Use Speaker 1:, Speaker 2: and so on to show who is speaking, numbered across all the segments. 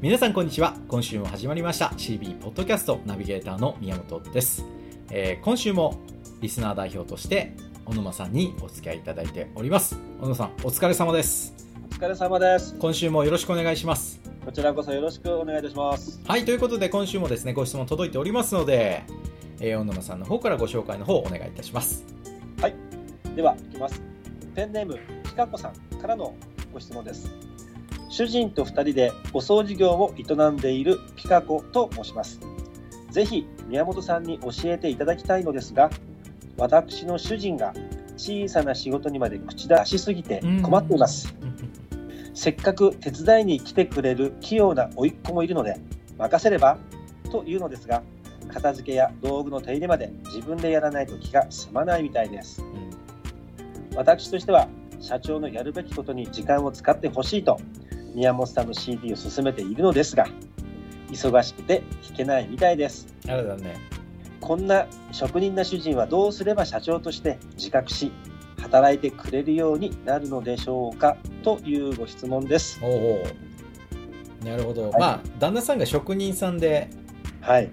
Speaker 1: 皆さんこんにちは今週も始まりました CB ポッドキャストナビゲーターの宮本です、えー今週もリスナー代表として小沼さんにお付き合いいただいております小沼さんお疲れ様です
Speaker 2: お疲れ様です。
Speaker 1: 今週もよろしくお願いします
Speaker 2: こちらこそよろしくお願いいたします。
Speaker 1: はいということで今週もですねご質問届いておりますので、えー、小沼さんの方からご紹介の方をお願いいたします
Speaker 2: では、いきます。ペンネーム、ひかこさんからのご質問です。主人と2人でお掃除業を営んでいるピカコと申します。ぜひ、宮本さんに教えていただきたいのですが、私の主人が小さな仕事にまで口出しすぎて困っています。せっかく手伝いに来てくれる器用な甥っ子もいるので任せればというのですが片付けや道具の手入れまで自分でやらないと気が済まないみたいです私としては社長のやるべきことに時間を使ってほしいと宮本さんの CD を勧めているのですが忙しくて弾けないみたいです
Speaker 1: あれだね
Speaker 2: こんな職人な主人はどうすれば社長として自覚し働いてくれるようになるのでしょうかというご質問です
Speaker 1: おうおうなるほど、
Speaker 2: はい
Speaker 1: まあ旦那さんが職人さんで
Speaker 2: はい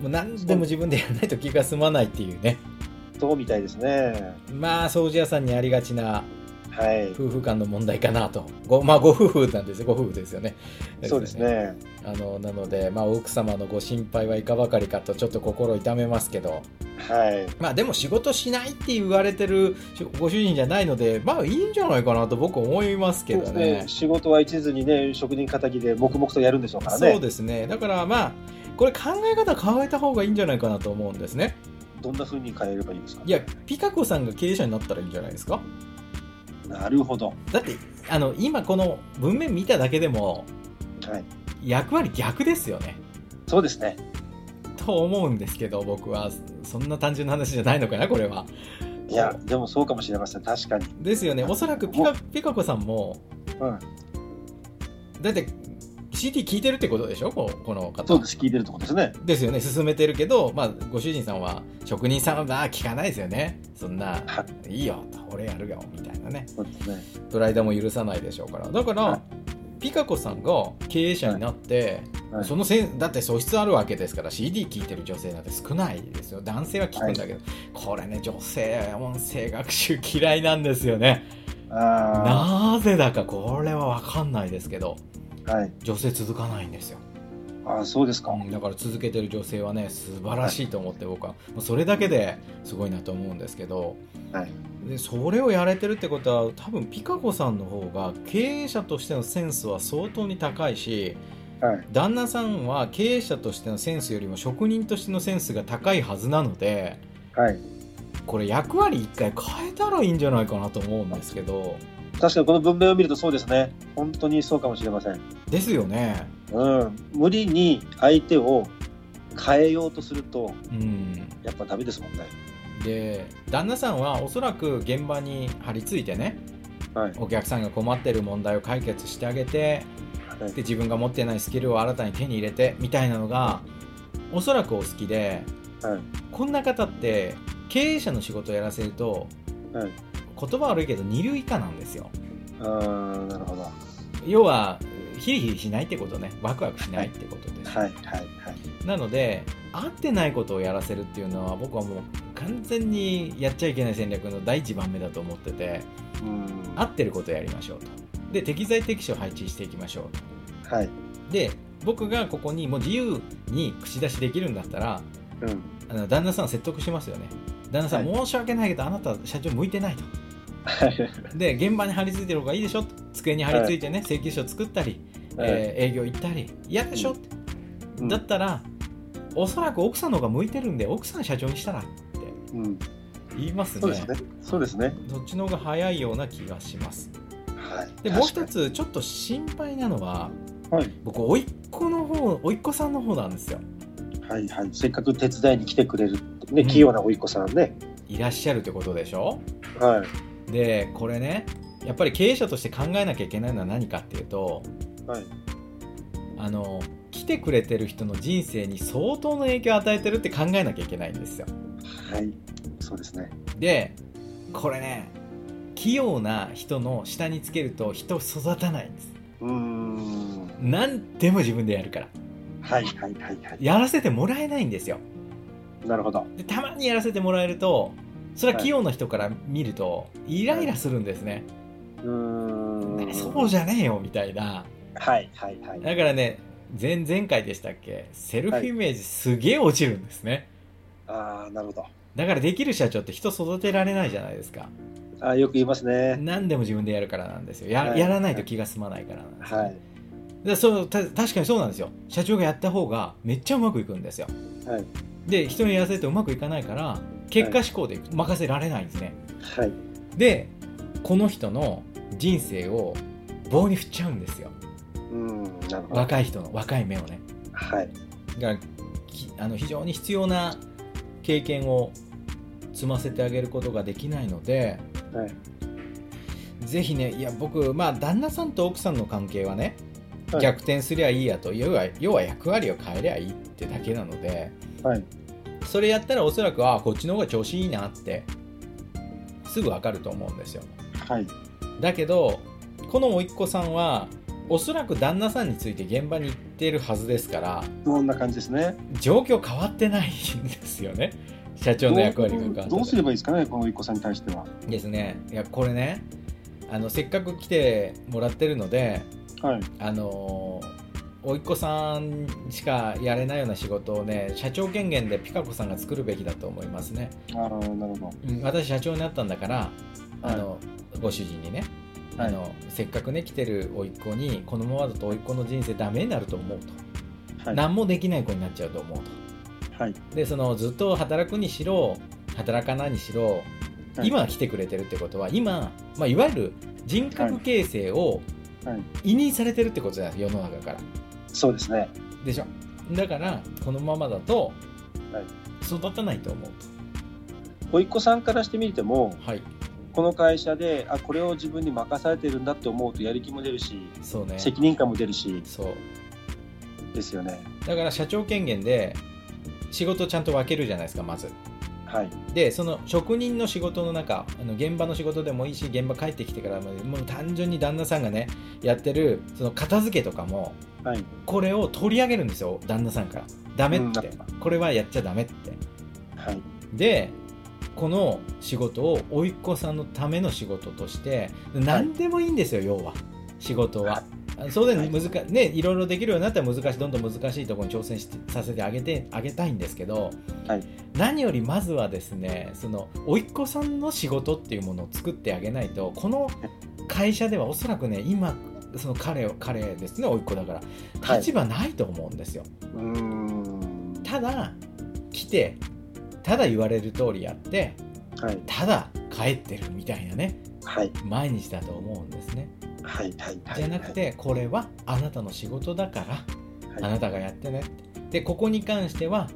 Speaker 1: もう何でも自分でやらないと気が済まないっていうね
Speaker 2: そうみたいですね
Speaker 1: まあ掃除屋さんにありがちな
Speaker 2: はい、
Speaker 1: 夫婦間の問題かなとご,、まあ、ご夫婦なんですよご夫婦ですよね
Speaker 2: そうですね。
Speaker 1: あのなので、まあ、奥様のご心配はいかばかりかとちょっと心痛めますけど、
Speaker 2: はい。
Speaker 1: まあ、でも仕事しないって言われてるご主人じゃないのでまあいいんじゃないかなと僕思いますけど
Speaker 2: そうです
Speaker 1: ね
Speaker 2: ね仕事は一途にね、職人仇で黙々とやるんでしょうからね。
Speaker 1: そうですねだからまあこれ考え方変えた方がいいんじゃないかなと思うんですね
Speaker 2: どんな風に変えればいいですか
Speaker 1: いやピカ子さんが経営者になったらいいんじゃないですか
Speaker 2: なるほど。は
Speaker 1: だってあの今この文面見ただけでも
Speaker 2: い。
Speaker 1: 役割逆ですよね
Speaker 2: そうですね。
Speaker 1: と思うんですけど僕はそんな単純な話じゃないのかなこれはい
Speaker 2: や、でもそうかもしれません。確かに。
Speaker 1: ですよねおそらくピカピカ子さんも
Speaker 2: うん。
Speaker 1: だって CD 聞いてるってことでしょこうこの方
Speaker 2: そうです。聞いてるとこですね。
Speaker 1: ですよね進めてるけど、まあ、ご主人さんは職人さんはまあ聞かないですよねそんな
Speaker 2: はい
Speaker 1: いよ俺やるよみたいなね
Speaker 2: そうですね。
Speaker 1: プライドも許さないでしょうからだから、
Speaker 2: はい
Speaker 1: ピカ子さんが経営者になって、
Speaker 2: はい
Speaker 1: そのせんだって素質あるわけですから CD 聴いてる女性なんて少ないですよ男性は聞くんだけど、これね女性音声学習嫌いなんですよね
Speaker 2: あ
Speaker 1: なぜだかこれは分かんないですけど
Speaker 2: あ。はい。
Speaker 1: 女性続かないんですよ、
Speaker 2: ああ、そうですか。
Speaker 1: うんだから続けてる女性はね素晴らしいと思って僕はもうそれだけですごいなと思うんですけど
Speaker 2: はい。
Speaker 1: でそれをやれてるってことは多分ピカ子さんの方が経営者としてのセンスは相当に高いし
Speaker 2: はい。
Speaker 1: 旦那さんは経営者としてのセンスよりも職人としてのセンスが高いはずなので
Speaker 2: はい。
Speaker 1: これ役割一回変えたらいいんじゃないかなと思うんですけど
Speaker 2: 確かにこの文明を見るとそうですね。本当にそうかもしれません。
Speaker 1: ですよね
Speaker 2: うん。無理に相手を変えようとすると、
Speaker 1: うん
Speaker 2: やっぱダメですもんね。
Speaker 1: で旦那さんはおそらく現場に張り付いてね
Speaker 2: はい。
Speaker 1: お客さんが困ってる問題を解決してあげて
Speaker 2: はい
Speaker 1: で自分が持ってないスキルを新たに手に入れてみたいなのがおそらくお好きで
Speaker 2: はい。
Speaker 1: こんな方って経営者の仕事をやらせると、
Speaker 2: はい
Speaker 1: 言葉悪いけど二流以下なんですよ
Speaker 2: ああ、なるほど。
Speaker 1: 要はヒリヒリしないってことねワクワクしないってことです、
Speaker 2: はいはいはい。
Speaker 1: なので合ってないことをやらせるっていうのは僕はもう完全にやっちゃいけない戦略の第一番目だと思ってて
Speaker 2: うん。
Speaker 1: 合ってることをやりましょうとで適材適所を配置していきましょうと
Speaker 2: はい。
Speaker 1: で僕がここにもう自由に口出しできるんだったら
Speaker 2: うん。
Speaker 1: あの旦那さん説得しますよね旦那さん、
Speaker 2: は
Speaker 1: 申し訳ないけどあなたは社長向いてないとで現場に張り付いてる方がいいでしょ机に張り付いてね、請求書作ったり、 えー営業行ったり嫌でしょ、
Speaker 2: うん
Speaker 1: だったらおそらく奥さんの方が向いてるんで奥さん社長にしたらって
Speaker 2: うん。
Speaker 1: 言います
Speaker 2: そう
Speaker 1: ね
Speaker 2: ですね。そうですね。
Speaker 1: どっちの方が早いような気がします
Speaker 2: はい。
Speaker 1: でもう一
Speaker 2: 確
Speaker 1: つちょっと心配なのは
Speaker 2: かに。
Speaker 1: 僕甥っ子の方甥っ子さんの方なんですよ
Speaker 2: はいはいはい。せっかく手伝いに来てくれるってね、
Speaker 1: うん
Speaker 2: 器用な甥っ子さんね。
Speaker 1: いらっしゃるってことでしょ
Speaker 2: は
Speaker 1: でこれねやっぱり経営者として考えなきゃいけないのは何かっていうと
Speaker 2: いはい。
Speaker 1: あの来てくれてる人の人生に相当の影響を与えてるって考えなきゃいけないんですよ
Speaker 2: はい。そうですね。
Speaker 1: でこれね器用な人の下につけると人を育たないんです
Speaker 2: うーん。
Speaker 1: 何でも自分でやるから
Speaker 2: はいはいはいはい。
Speaker 1: やらせてもらえないんですよ
Speaker 2: なるほど。
Speaker 1: でたまにやらせてもらえるとそれは器用な人から見るとイライラするんですね、
Speaker 2: うーん。
Speaker 1: そうじゃねえよみたいな
Speaker 2: はいはいはい。
Speaker 1: だからね前々回でしたっけセルフイメージすげえ落ちるんですね、
Speaker 2: ああ、なるほど。
Speaker 1: だからできる社長って人育てられないじゃないですか
Speaker 2: あーよく言いますね。
Speaker 1: 何でも自分でやるからなんですよや,、
Speaker 2: はい
Speaker 1: やらないと気が済まないからなんですよ、
Speaker 2: はい。
Speaker 1: でそうた確かにそうなんですよ社長がやった方がめっちゃうまくいくんですよ、
Speaker 2: はい
Speaker 1: で人にやらせるとうまくいかないから結果志向で任せられないんですね、
Speaker 2: はい。
Speaker 1: でこの人の人生を棒に振っちゃうんですよ
Speaker 2: うん。なるほど。
Speaker 1: 若い人の若い目をね
Speaker 2: はい。
Speaker 1: がきあの非常に必要な経験を積ませてあげることができないので
Speaker 2: はい。
Speaker 1: ぜひねいや僕まあ旦那さんと奥さんの関係はね、
Speaker 2: はい
Speaker 1: 逆転すりゃいいやと要は要は役割を変えりゃいいってだけなので
Speaker 2: はい。
Speaker 1: それやったらおそらくあこっちの方が調子いいなってすぐ分かると思うんですよ
Speaker 2: はい。
Speaker 1: だけどこの甥っ子さんはおそらく旦那さんについて現場に行ってるはずですから
Speaker 2: そんな感じですね。
Speaker 1: 状況変わってないんですよね社長の役割が変わ
Speaker 2: ど
Speaker 1: っ
Speaker 2: う
Speaker 1: て
Speaker 2: ど
Speaker 1: な
Speaker 2: う
Speaker 1: い
Speaker 2: すればいいですかね、この一個さんに対しては。
Speaker 1: ですねいやこれねあのせっかく来てもらってるので
Speaker 2: はい。
Speaker 1: あの甥っ子さんしかやれないような仕事をね社長権限でピカ子さんが作るべきだと思いますね、
Speaker 2: ああ、なるほど。
Speaker 1: うん私社長になったんだから、
Speaker 2: はい
Speaker 1: あのご主人にね、
Speaker 2: はい
Speaker 1: あのせっかくね来てる甥っ子にこのままだと甥っ子の人生ダメになると思うと、
Speaker 2: はい。
Speaker 1: 何もできない子になっちゃうと思うと
Speaker 2: はい。
Speaker 1: でそのずっと働くにしろ働かないにしろ
Speaker 2: はい
Speaker 1: 今来てくれてるってことは今、まあ、いわゆる人格形成を
Speaker 2: はいはい
Speaker 1: 委任されてるってことじゃないですか世の中から
Speaker 2: そうですね。
Speaker 1: でしょだからこのままだと
Speaker 2: はい
Speaker 1: 育たないと思う
Speaker 2: おいっ子さんからしてみても、
Speaker 1: とはい
Speaker 2: この会社で、あ、これを自分に任されてるんだって思うと、やる気も出るし、
Speaker 1: そうね
Speaker 2: 責任感も出るし、
Speaker 1: そう
Speaker 2: ですよね。
Speaker 1: だから社長権限で仕事をちゃんと分けるじゃないですかまず
Speaker 2: はい。
Speaker 1: でその職人の仕事の中あの現場の仕事でもいいし現場帰ってきてからももう単純に旦那さんがねやってるその片付けとかも
Speaker 2: はい。
Speaker 1: これを取り上げるんですよ旦那さんからダメって
Speaker 2: う
Speaker 1: これはやっちゃダメって
Speaker 2: はい。
Speaker 1: でこの仕事を甥っ子さんのための仕事として何でもいいんですよ、要は仕事は、あそうで
Speaker 2: はい
Speaker 1: 難かねいろいろできるようになったら難しいどんどん難しいところに挑戦してさせてあげてあげたいんですけど、
Speaker 2: はい
Speaker 1: 何よりまずはですねその甥っ子さんの仕事っていうものを作ってあげないとこの会社ではおそらくね今その彼を彼ですね甥っ子だから
Speaker 2: はい
Speaker 1: 立場ないと思うんですよ、
Speaker 2: うーん。
Speaker 1: ただ来てただ言われる通りやって
Speaker 2: はい。
Speaker 1: ただ帰ってるみたいなね
Speaker 2: はい。
Speaker 1: 毎日だと思うんですね
Speaker 2: はい。はい。はい
Speaker 1: じゃなく、てこれはあなたの仕事だからあ
Speaker 2: はい
Speaker 1: なたがやってねでここに関しては、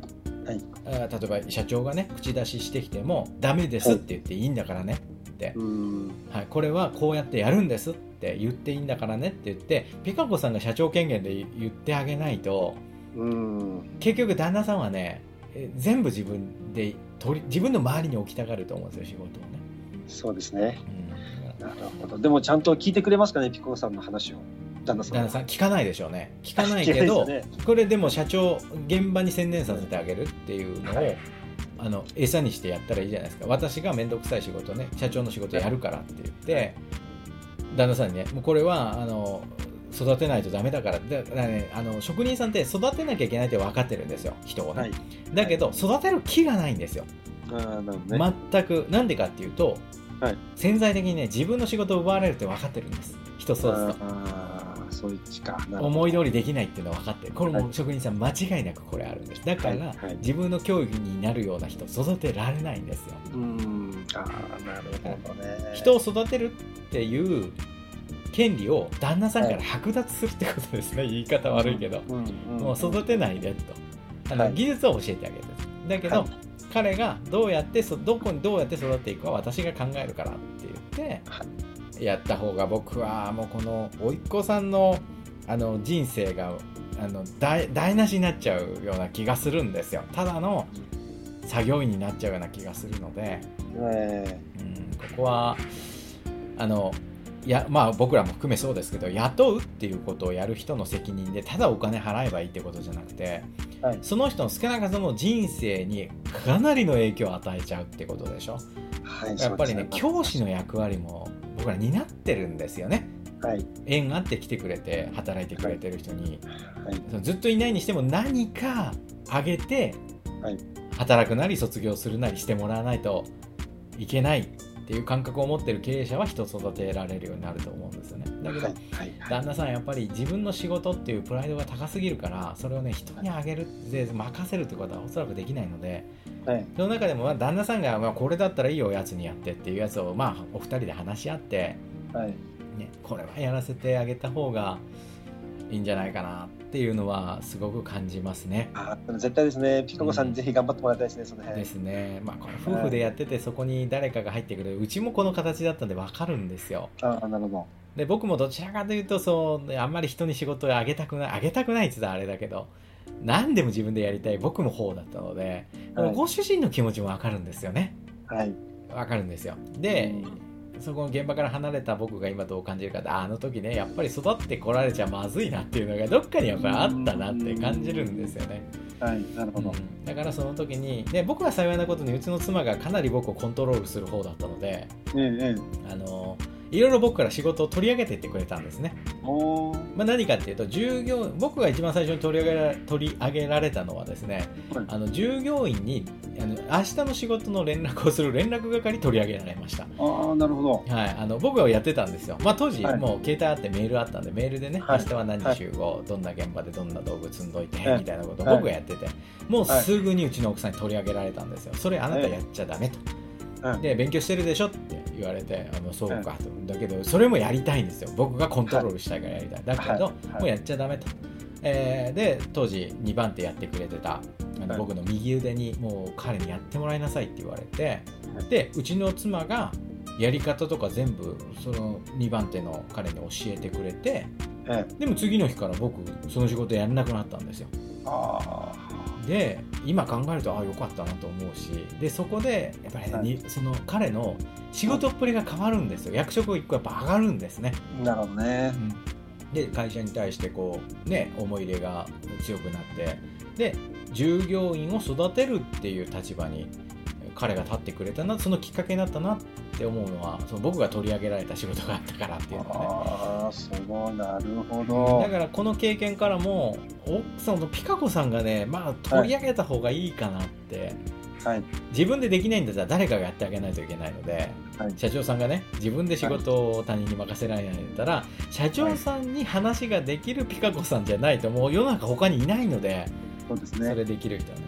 Speaker 2: はい
Speaker 1: あー例えば社長がね口出ししてきてもダメですって言っていいんだからねって
Speaker 2: う、ーん。
Speaker 1: はい、これはこうやってやるんですって言っていいんだからねって言ってピカ子さんが社長権限で言ってあげないと
Speaker 2: うーん。
Speaker 1: 結局旦那さんはねえ全部自分で取り自分の周りに置きたがると思うんですよ仕事をね、
Speaker 2: そうですね。
Speaker 1: うん、だから
Speaker 2: なるほど。でも、ちゃんと聞いてくれますかね、ピコさんの話を。旦那さんは。
Speaker 1: 旦那さん聞かないでしょうね聞かないけど
Speaker 2: 聞かないです
Speaker 1: これでも社長現場に専念させてあげるっていうのを、
Speaker 2: はい
Speaker 1: あの餌にしてやったらいいじゃないですか私が面倒くさい仕事ね社長の仕事やるからって言って、旦那さんにねもうこれはあの育てないとダメだからだだから、ね、あの職人さんって育てなきゃいけないって分かってるんですよ人をね、
Speaker 2: はい
Speaker 1: だけど育てる気がないんですよ、
Speaker 2: ああ、なるほどね。
Speaker 1: 全くなんでかっていうと、
Speaker 2: はい
Speaker 1: 潜在的にね自分の仕事を奪われるって分かってるんです人育つと。
Speaker 2: ああ、そういうちか。なるほど
Speaker 1: 思い通りできないっていうのは分かってるこれ
Speaker 2: は
Speaker 1: も職人さん間違いなくこれあるんですだから、
Speaker 2: はいはい
Speaker 1: 自分の教育になるような人育てられないんですよ、
Speaker 2: うーん。ああ、なるほどね。
Speaker 1: 人を育てるっていう権利を旦那さんから剥奪するってことですね、言い方悪いけど、
Speaker 2: うん、うん
Speaker 1: もう育てないでとあの、
Speaker 2: はい
Speaker 1: 技術を教えてあげるだけど、
Speaker 2: はい
Speaker 1: 彼がどうやってそどこにどうやって育っていくかは私が考えるからって言って、
Speaker 2: は
Speaker 1: やった方が僕はもうこの甥っ子さんのあの人生があの台台無しになっちゃうような気がするんですよただの作業員になっちゃうような気がするので、
Speaker 2: え
Speaker 1: うん、ここはあのやまあ、僕らも含めそうですけど雇うっていうことをやる人の責任でただお金払えばいいってことじゃなくて、
Speaker 2: はい
Speaker 1: その人の少なからずも人生にかなりの影響を与えちゃうってことでしょ
Speaker 2: はい、
Speaker 1: やっぱりね教師
Speaker 2: の、
Speaker 1: の役割も僕ら担ってるんですよね
Speaker 2: はい
Speaker 1: 縁あって来てくれて働いてくれてる人に、
Speaker 2: はい
Speaker 1: そのずっといないにしても何かあげて、
Speaker 2: はい
Speaker 1: 働くなり卒業するなりしてもらわないといけないっていう感覚を持ってる経営者は人育てられるようになると思うんですよねだけど、
Speaker 2: はいはいはい
Speaker 1: 旦那さんやっぱり自分の仕事っていうプライドが高すぎるからそれをね人にあげるで任せるってことはおそらくできないので
Speaker 2: はい
Speaker 1: その中でもまあ旦那さんがまあこれだったらいいよおやつにやってっていうやつをまあお二人で話し合って
Speaker 2: はい
Speaker 1: ね、これはやらせてあげた方がいいんじゃないかなっていうのはすごく感じますね。
Speaker 2: あー絶対ですねピカコさん、
Speaker 1: うん
Speaker 2: ぜひ頑張ってもらいたいですねその辺
Speaker 1: ですね、まあ、これ夫婦でやっててそこに誰かが入ってくるうちもこの形だったんで分かるんですよ
Speaker 2: ああなるほ
Speaker 1: で僕もどちらかというとそうねあんまり人に仕事をあげたくないあげたくないって言ったらあれだけど何でも自分でやりたい僕も方だったので、
Speaker 2: どはい
Speaker 1: ご主人の気持ちも分かるんですよね
Speaker 2: はい
Speaker 1: 分かるんですよで、そこの現場から離れた僕が今どう感じるかってああの時ねやっぱり育ってこられちゃまずいなっていうのがどっかにやっぱりあったなって感じるんですよね、
Speaker 2: はいなるほど、
Speaker 1: うんだからその時にで僕は幸いなことにうちの妻がかなり僕をコントロールする方だったので
Speaker 2: ええええ
Speaker 1: あのいろいろ僕から仕事を取り上げていってくれたんですね、
Speaker 2: おー
Speaker 1: まあ、何かっていうと従業僕が一番最初に取り上げら取り上げられたのはですね
Speaker 2: はい
Speaker 1: あの従業員にあの明日の仕事の連絡をする連絡係取り上げられました
Speaker 2: ああなるほど
Speaker 1: はい、あの僕はやってたんですよ、まあ、当時、
Speaker 2: はい
Speaker 1: もう携帯あってメールあったんで、メールでね、
Speaker 2: はい
Speaker 1: 明日は何時集合、どんな現場でどんな道具積んどいて、
Speaker 2: はい
Speaker 1: みたいなことを
Speaker 2: はい
Speaker 1: 僕がやってて、もうすぐにうちの奥さんに取り上げられたんですよ、それあなたやっちゃだめと、
Speaker 2: はい
Speaker 1: で、勉強してるでしょって言われて、あのそう
Speaker 2: はい
Speaker 1: かと、だけど、それもやりたいんですよ、僕がコントロールしたいからやりたい、だけど、
Speaker 2: はいは
Speaker 1: も
Speaker 2: い
Speaker 1: うやっちゃだめと。えーで当時2番手やってくれてたあの
Speaker 2: はい
Speaker 1: 僕の右腕にもう彼にやってもらいなさいって言われてでうちの妻がやり方とか全部その2番手の彼に教えてくれて
Speaker 2: ええ
Speaker 1: でも次の日から僕その仕事やらなくなったんですよ
Speaker 2: あ
Speaker 1: で今考えるとああよかったなと思うしでそこでやっぱりね、
Speaker 2: はい
Speaker 1: にその彼の仕事っぷりが変わるんですよ役職が1個やっぱ上がるんですね、
Speaker 2: あなるほどね
Speaker 1: で会社に対してこうね思い入れが強くなってで従業員を育てるっていう立場に彼が立ってくれたなそのきっかけになったなって思うのはその僕が取り上げられた仕事があったからっていうのね
Speaker 2: ああすごいなるほ
Speaker 1: だ
Speaker 2: ど
Speaker 1: からこの経験からも奥さんのピカ子さんがねまあ取り上げた方がいいかなって、
Speaker 2: はい
Speaker 1: 自分でできないんだったら誰かがやってあげないといけないので、
Speaker 2: はい
Speaker 1: 社長さんがね自分で仕事を他人に任せられないんだったら社長さんに話ができるピカ子さんじゃないともう世の中他にいないので
Speaker 2: そうです
Speaker 1: そ
Speaker 2: ね
Speaker 1: れできる人はね、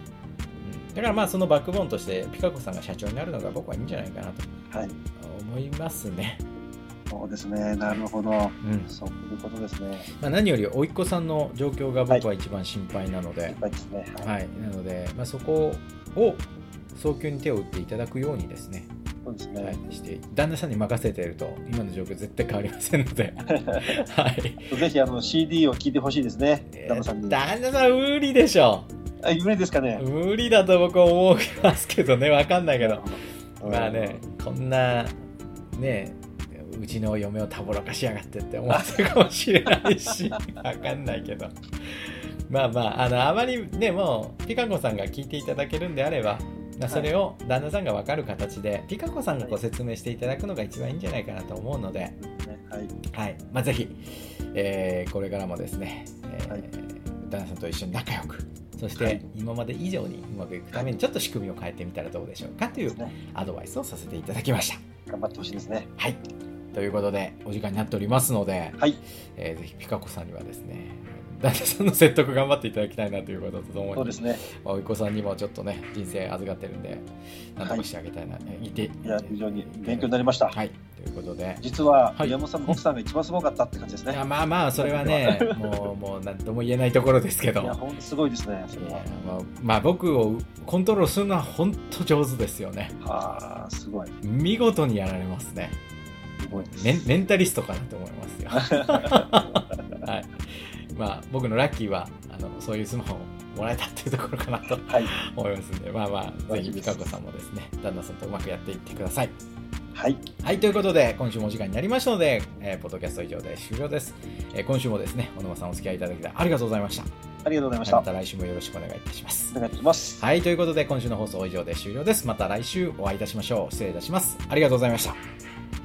Speaker 1: うん、だからまあそのバックボーンとしてピカ子さんが社長になるのが僕はいいんじゃないかなと
Speaker 2: はい
Speaker 1: 思いますね、
Speaker 2: そうですねなるほど
Speaker 1: うん
Speaker 2: そういうことですね
Speaker 1: まあ、何より甥っ子さんの状況が僕は一番心配なので、
Speaker 2: いっぱいですね
Speaker 1: はいなので、まあ、そこを早急に手を打っていただくようにですね
Speaker 2: そうです
Speaker 1: は
Speaker 2: ね
Speaker 1: い、して旦那さんに任せてると今の状況絶対変わりませんの で、はい、
Speaker 2: ぜひあの CD を聞いてほしいですね旦那さんにあ
Speaker 1: 旦那さん無理でしょ
Speaker 2: 無理ですかね
Speaker 1: 無理だと僕は思いますけどね分かんないけど
Speaker 2: うん
Speaker 1: まあねこんなねうちの嫁をたぼろかしやがってって思ってるかもしれない し分かんないけどまあまああのあまりねもうピカ子さんが聞いていただけるんであればまあそれを旦那さんが分かる形でピカ子さんがご説明していただくのが一番いいんじゃないかなと思うので、
Speaker 2: はい
Speaker 1: はいまあ、ぜひ、えーこれからもですね、えー
Speaker 2: はい
Speaker 1: 旦那さんと一緒に仲良くそし
Speaker 2: は
Speaker 1: て
Speaker 2: い
Speaker 1: 今まで以上にうまくいくためにちょっと仕組みを変えてみたらどうでしょうかという
Speaker 2: ですね
Speaker 1: アドバイスをさせていただきました。
Speaker 2: 頑張ってほしいですね
Speaker 1: はいということでお時間になっておりますので、
Speaker 2: はい
Speaker 1: えーぜひピカ子さんにはですね旦那さんの説得頑張っていただきたいなということととも
Speaker 2: そうで
Speaker 1: に
Speaker 2: すね
Speaker 1: まあおいこさんにもちょっとね人生預かってるんでなんとかしてあげたいな、えいてい
Speaker 2: いや非常に勉強になりました
Speaker 1: はいということで
Speaker 2: 実は
Speaker 1: はい
Speaker 2: 宮本さんも奥さんが一番すごかったって感じです
Speaker 1: い
Speaker 2: ね
Speaker 1: やまあまあそれはねもうもう何とも言えないところですけど
Speaker 2: いや本当すごいですねそれ
Speaker 1: い
Speaker 2: は
Speaker 1: やまあ、まあ僕をコントロールするのは本当上手ですよね
Speaker 2: はあすごい
Speaker 1: 見事にやられますね
Speaker 2: すごいです
Speaker 1: メンメンタリストかなと思います よはいまあ僕のラッキーはあのそういうスマホをもらえたっていうところかなと
Speaker 2: はい
Speaker 1: 思いますんでまあまあ
Speaker 2: ラ
Speaker 1: ぜ
Speaker 2: ッキ
Speaker 1: ひ
Speaker 2: ーで
Speaker 1: 美
Speaker 2: す
Speaker 1: 香子さんもですね旦那さんとうまくやっていってください
Speaker 2: はい。
Speaker 1: はい、ということで、今週もお時間になりましたので、えーポッドキャスト以上で終了です。えー今週もですね、小沼さんお付き合いいただきありがとうございました。
Speaker 2: ありがとうございまし
Speaker 1: ま
Speaker 2: た。
Speaker 1: た来週もよろしくお願いいたします
Speaker 2: お。願いします。
Speaker 1: はい、ということで、今週の放送は以上で終了です。また来週お会いいたしましょう。失礼いたします。ありがとうございました。